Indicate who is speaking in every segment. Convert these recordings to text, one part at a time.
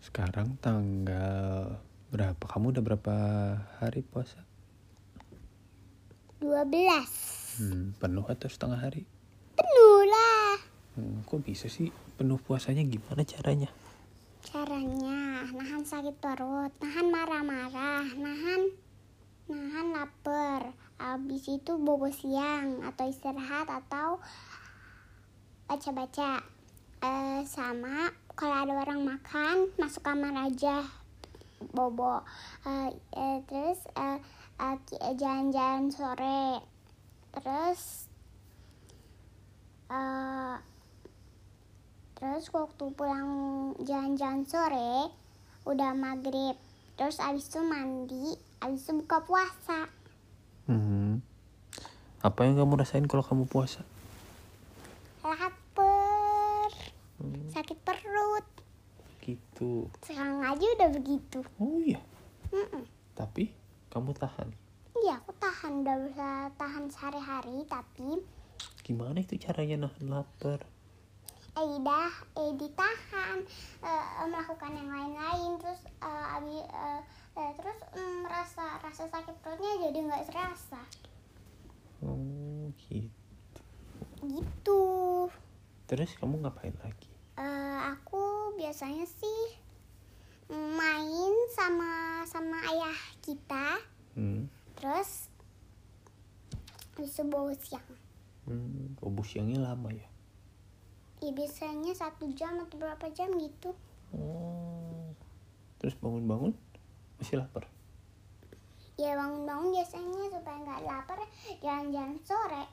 Speaker 1: Sekarang tanggal berapa? Kamu udah berapa hari puasa?
Speaker 2: 12
Speaker 1: Hmm, penuh atau setengah hari?
Speaker 2: Penuh lah
Speaker 1: Hmm, kok bisa sih penuh puasanya gimana caranya?
Speaker 2: Caranya nahan sakit perut, nahan marah-marah, nahan nahan lapar. Habis itu bobo siang atau istirahat atau baca-baca. Eh, sama kalau ada orang makan masuk kamar aja bobo. Eh, eh, terus eh, eh, ki- eh, jalan-jalan sore. Terus eh Terus waktu pulang jalan-jalan sore, udah maghrib. Terus abis itu mandi, abis itu buka puasa.
Speaker 1: Hmm. Apa yang kamu rasain kalau kamu puasa?
Speaker 2: Lapar, sakit perut.
Speaker 1: Gitu.
Speaker 2: Sekarang aja udah begitu.
Speaker 1: Oh iya.
Speaker 2: Mm-mm.
Speaker 1: Tapi kamu tahan.
Speaker 2: Iya, aku tahan udah bisa tahan sehari-hari, tapi
Speaker 1: Gimana itu caranya nahan lapar?
Speaker 2: Aida eh, ditahan eh, melakukan yang lain-lain terus eh, abi- eh, eh, terus mm, rasa rasa sakit perutnya jadi nggak terasa
Speaker 1: Oh gitu.
Speaker 2: gitu.
Speaker 1: Terus kamu ngapain lagi?
Speaker 2: Eh, aku biasanya sih main sama sama ayah kita
Speaker 1: Hmm.
Speaker 2: terus bisa bawa siang
Speaker 1: Hmm, bobo siangnya lama ya?
Speaker 2: ya biasanya satu jam atau berapa jam gitu
Speaker 1: Oh. Terus bangun-bangun masih lapar.
Speaker 2: ya bangun-bangun biasanya supaya nggak lapar jalan-jalan sore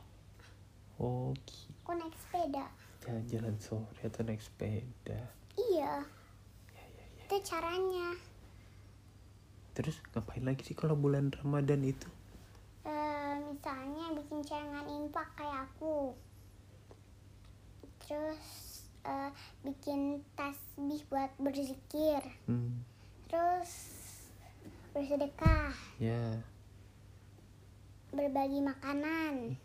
Speaker 1: Oh gitu.
Speaker 2: aku naik sepeda
Speaker 1: Jalan-jalan sore atau naik sepeda.
Speaker 2: iya itu caranya
Speaker 1: Terus ngapain lagi sih kalau bulan Ramadan itu?
Speaker 2: Eh, misalnya bikin celengan impak kayak aku terus eh, bikin tasbih buat berzikir
Speaker 1: Hmm.
Speaker 2: terus bersedekah
Speaker 1: Ya.
Speaker 2: berbagi makanan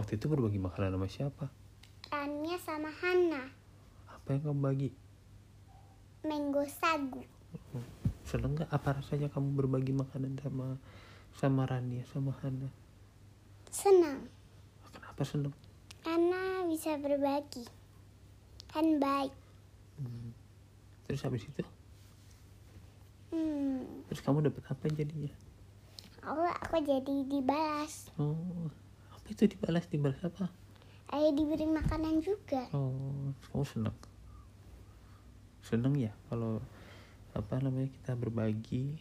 Speaker 1: Waktu itu berbagi makanan sama siapa?
Speaker 2: Rania sama Hana
Speaker 1: Apa yang kamu bagi?
Speaker 2: mango sagu
Speaker 1: Seneng nggak? Apa rasanya kamu berbagi makanan sama sama Rania sama Hana?
Speaker 2: senang
Speaker 1: Kenapa seneng?
Speaker 2: karena bisa berbagi kan baik
Speaker 1: Terus habis itu?
Speaker 2: hmm
Speaker 1: Terus kamu dapat apa jadinya?
Speaker 2: aku aku jadi dibalas
Speaker 1: Oh, apa itu dibalas dibalas apa?
Speaker 2: ayo diberi makanan juga
Speaker 1: Oh, kamu seneng? Seneng ya kalau apa namanya kita berbagi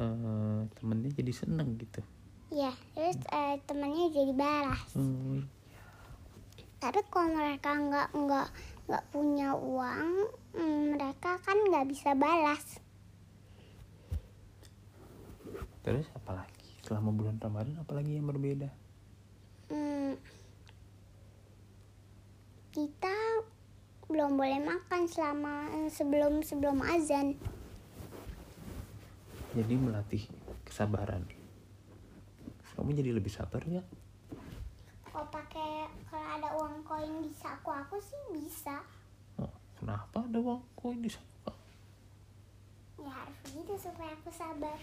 Speaker 1: eh, temennya jadi seneng gitu.
Speaker 2: ya terus eh, temannya jadi balas
Speaker 1: Oh,
Speaker 2: tapi kalau mereka nggak nggak nggak punya uang hmm, mereka kan nggak bisa balas
Speaker 1: terus apalagi selama bulan Ramadan apalagi yang berbeda?
Speaker 2: Hmm, kita belum boleh makan selama eh, sebelum sebelum azan
Speaker 1: Jadi melatih kesabaran. Kamu jadi lebih sabar ya?
Speaker 2: kalau pakai kalau ada uang koin di saku aku sih bisa
Speaker 1: Oh, kenapa ada uang koin di sana?
Speaker 2: ya harus begitu supaya aku sabar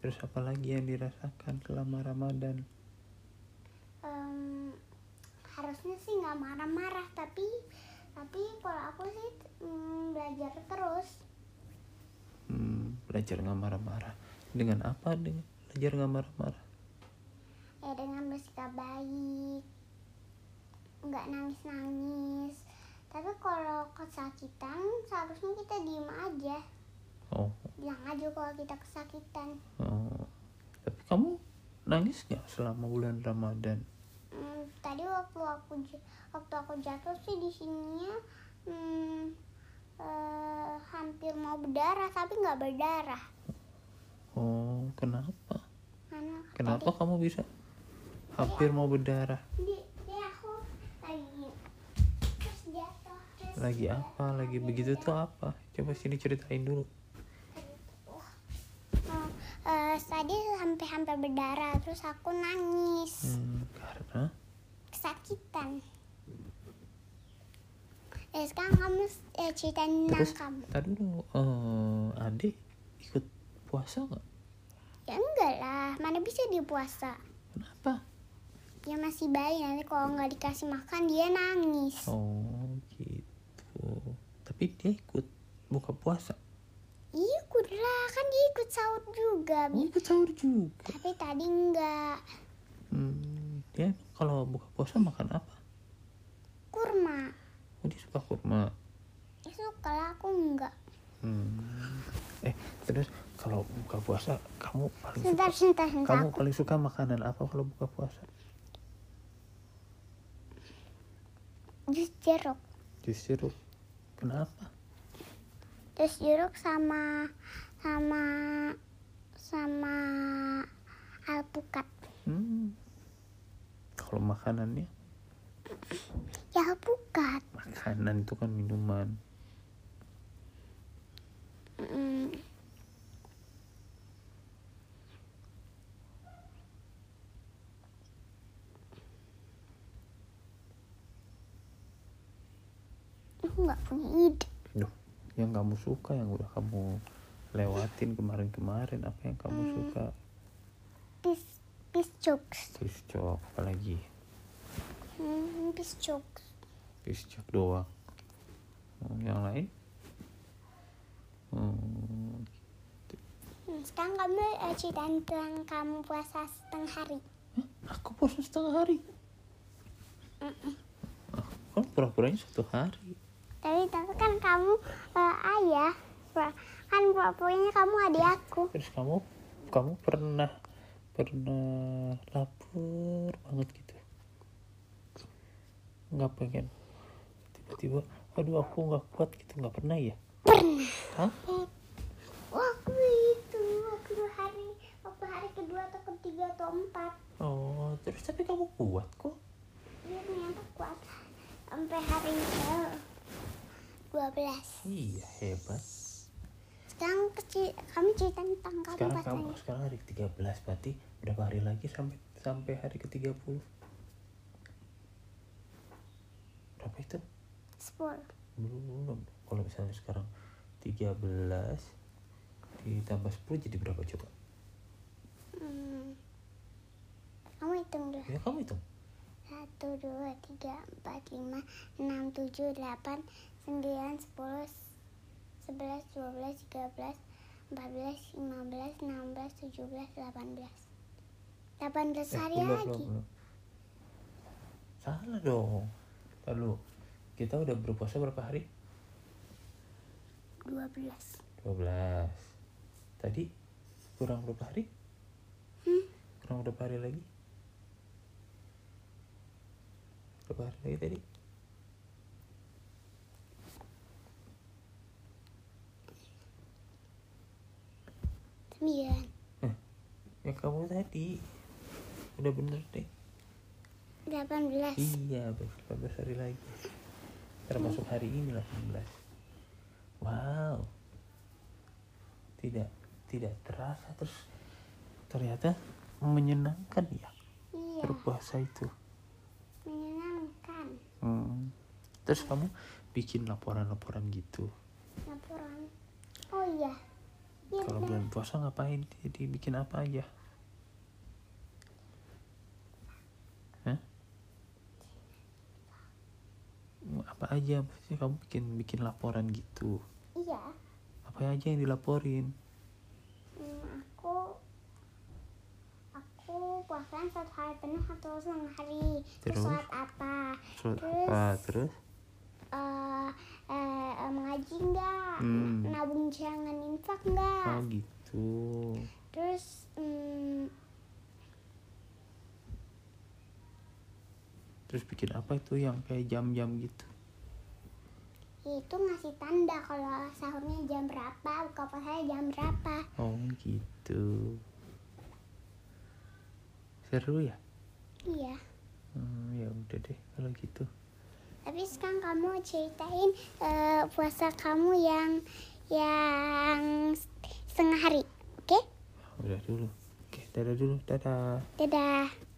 Speaker 1: Terus apalagi yang dirasakan selama Ramadan?
Speaker 2: Em, harusnya sih nggak marah-marah tapi tapi kalau aku sih mm, belajar terus
Speaker 1: Hmm, belajar nggak marah-marah. Dengan apa? Dengan belajar nggak marah-marah.
Speaker 2: ya dengan bersikap baik nggak nangis nangis tapi kalau kesakitan seharusnya kita diem aja
Speaker 1: Oh,
Speaker 2: bilang aja kalau kita kesakitan
Speaker 1: oh. tapi kamu nangis nggak selama bulan Ramadan?
Speaker 2: Hmm, tadi waktu aku j- waktu aku jatuh sih di sininya hmm, eh, hampir mau berdarah tapi nggak berdarah
Speaker 1: Oh, kenapa?
Speaker 2: karena
Speaker 1: Kenapa kamu bisa hampir mau berdarah?
Speaker 2: tadi di- dia aku lagi terus jatuh terus
Speaker 1: Lagi
Speaker 2: dia-
Speaker 1: apa? Lagi begitu tuh apa? Coba sini ceritain dulu.
Speaker 2: Oh, eh, tadi hampir-hampir berdarah terus aku nangis
Speaker 1: Hmm, karena
Speaker 2: kesakitan Eh, sekarang kamu eh, ceritain tentang
Speaker 1: terus
Speaker 2: kamu.
Speaker 1: tadi dulu eh adik ikut puasa nggak
Speaker 2: Ya enggak lah, mana bisa dia puasa.
Speaker 1: kenapa
Speaker 2: Dia masih bayi, nanti kalau nggak dikasih makan dia nangis.
Speaker 1: oh gitu tapi dia ikut buka puasa
Speaker 2: Iya, kudra kan dia ikut sahur juga. Bi.
Speaker 1: oh, ikut sahur juga
Speaker 2: Tapi tadi enggak
Speaker 1: hmm, dia emang kalau buka puasa makan apa
Speaker 2: kurma.
Speaker 1: oh dia suka kurma
Speaker 2: Ya suka lah, aku enggak.
Speaker 1: hmm. eh terus kalau buka puasa kamu paling
Speaker 2: Sebentar,
Speaker 1: suka
Speaker 2: sebentar, sebentar.
Speaker 1: kamu
Speaker 2: Aku,
Speaker 1: paling suka makanan apa kalau buka puasa
Speaker 2: jus jeruk.
Speaker 1: jus sirup kenapa
Speaker 2: Jus jeruk sama sama sama alpukat.
Speaker 1: hmm. kalau makanannya
Speaker 2: Ya alpukat.
Speaker 1: makanan itu kan minuman
Speaker 2: Mm. Aku nggak punya ide.
Speaker 1: Duh, yang kamu suka yang udah kamu lewatin kemarin-kemarin apa yang kamu suka
Speaker 2: Pis, pis jokes.
Speaker 1: piscok apalagi
Speaker 2: Hmm, pis jokes.
Speaker 1: piscok doang Hmm, yang lain hmm,
Speaker 2: Hmm, sekarang kamu eh, ceritain tentang kamu puasa setengah hari.
Speaker 1: Hah, Eh, aku puasa setengah hari Ah, kan pura-puranya satu hari
Speaker 2: Tapi tapi kan kamu eh, ayah, Pra- kan pura-puranya kamu adik aku.
Speaker 1: terus kamu kamu pernah pernah lapar banget gitu nggak pengen tiba-tiba aduh aku nggak kuat gitu nggak pernah ya pernah Hah?
Speaker 2: Waktu itu, waktu hari, waktu hari kedua atau ketiga atau empat.
Speaker 1: oh terus tapi kamu kuat kok
Speaker 2: Dia ternyata kuat sampai hari ke 12
Speaker 1: iya hebat
Speaker 2: Sekarang kecil, kami cerita tentang kamu
Speaker 1: sekarang
Speaker 2: pas
Speaker 1: kamu
Speaker 2: lagi.
Speaker 1: sekarang hari ke 13 berarti berapa hari lagi sampai sampai hari ke 30 berapa itu
Speaker 2: 10
Speaker 1: belum kalau misalnya sekarang 13 ditambah 10 jadi berapa coba
Speaker 2: hmm. Kamu hitung dulu
Speaker 1: ya kamu hitung
Speaker 2: 1, 2, 3, 4, 5, 6, 7, 8, 9, 10, 11, 12, 13, 14, 15, 16, 17, 18
Speaker 1: Eh,
Speaker 2: 18 hari lagi
Speaker 1: salah dong lalu kita udah berpuasa berapa hari 12
Speaker 2: 12
Speaker 1: tadi kurang berapa hari kurang berapa hari lagi berapa hari lagi tadi
Speaker 2: sembilan
Speaker 1: yang kamu tadi udah bener deh
Speaker 2: 18
Speaker 1: Iya, betul. 18 hari lagi. Termasuk hari ini 18. Wow. Tidak tidak terasa terus ternyata menyenangkan ya
Speaker 2: Iya,
Speaker 1: berpuasa itu.
Speaker 2: menyenangkan
Speaker 1: Hmm. Terus kamu bikin laporan-laporan gitu.
Speaker 2: laporan. Oh iya, iya
Speaker 1: Kalau
Speaker 2: benar.
Speaker 1: bulan puasa ngapain? Jadi bikin apa aja? Hah? Apa aja pasti kamu bikin bikin laporan gitu?
Speaker 2: Iya,
Speaker 1: Apa aja yang dilaporin?
Speaker 2: hmm, aku aku puasa satu hari penuh atau setengah hari. Terus
Speaker 1: Terus?
Speaker 2: sholat apa?
Speaker 1: Surat
Speaker 2: Terus?
Speaker 1: apa? Terus?
Speaker 2: Eh, eh, eh, mengaji enggak?
Speaker 1: Hmm.
Speaker 2: Nabung jangan infak enggak?
Speaker 1: Oh gitu.
Speaker 2: Terus hmm,
Speaker 1: Terus bikin apa itu yang kayak jam-jam gitu?
Speaker 2: itu ngasih tanda kalau sahurnya jam berapa, buka puasanya jam berapa.
Speaker 1: Oh gitu. Seru ya?
Speaker 2: Iya.
Speaker 1: Hmm, ya udah deh kalau gitu.
Speaker 2: Tapi sekarang kamu ceritain eh, puasa kamu yang yang setengah hari, oke?
Speaker 1: Udah dulu. Oke, dadah dulu. Dadah.
Speaker 2: Dadah.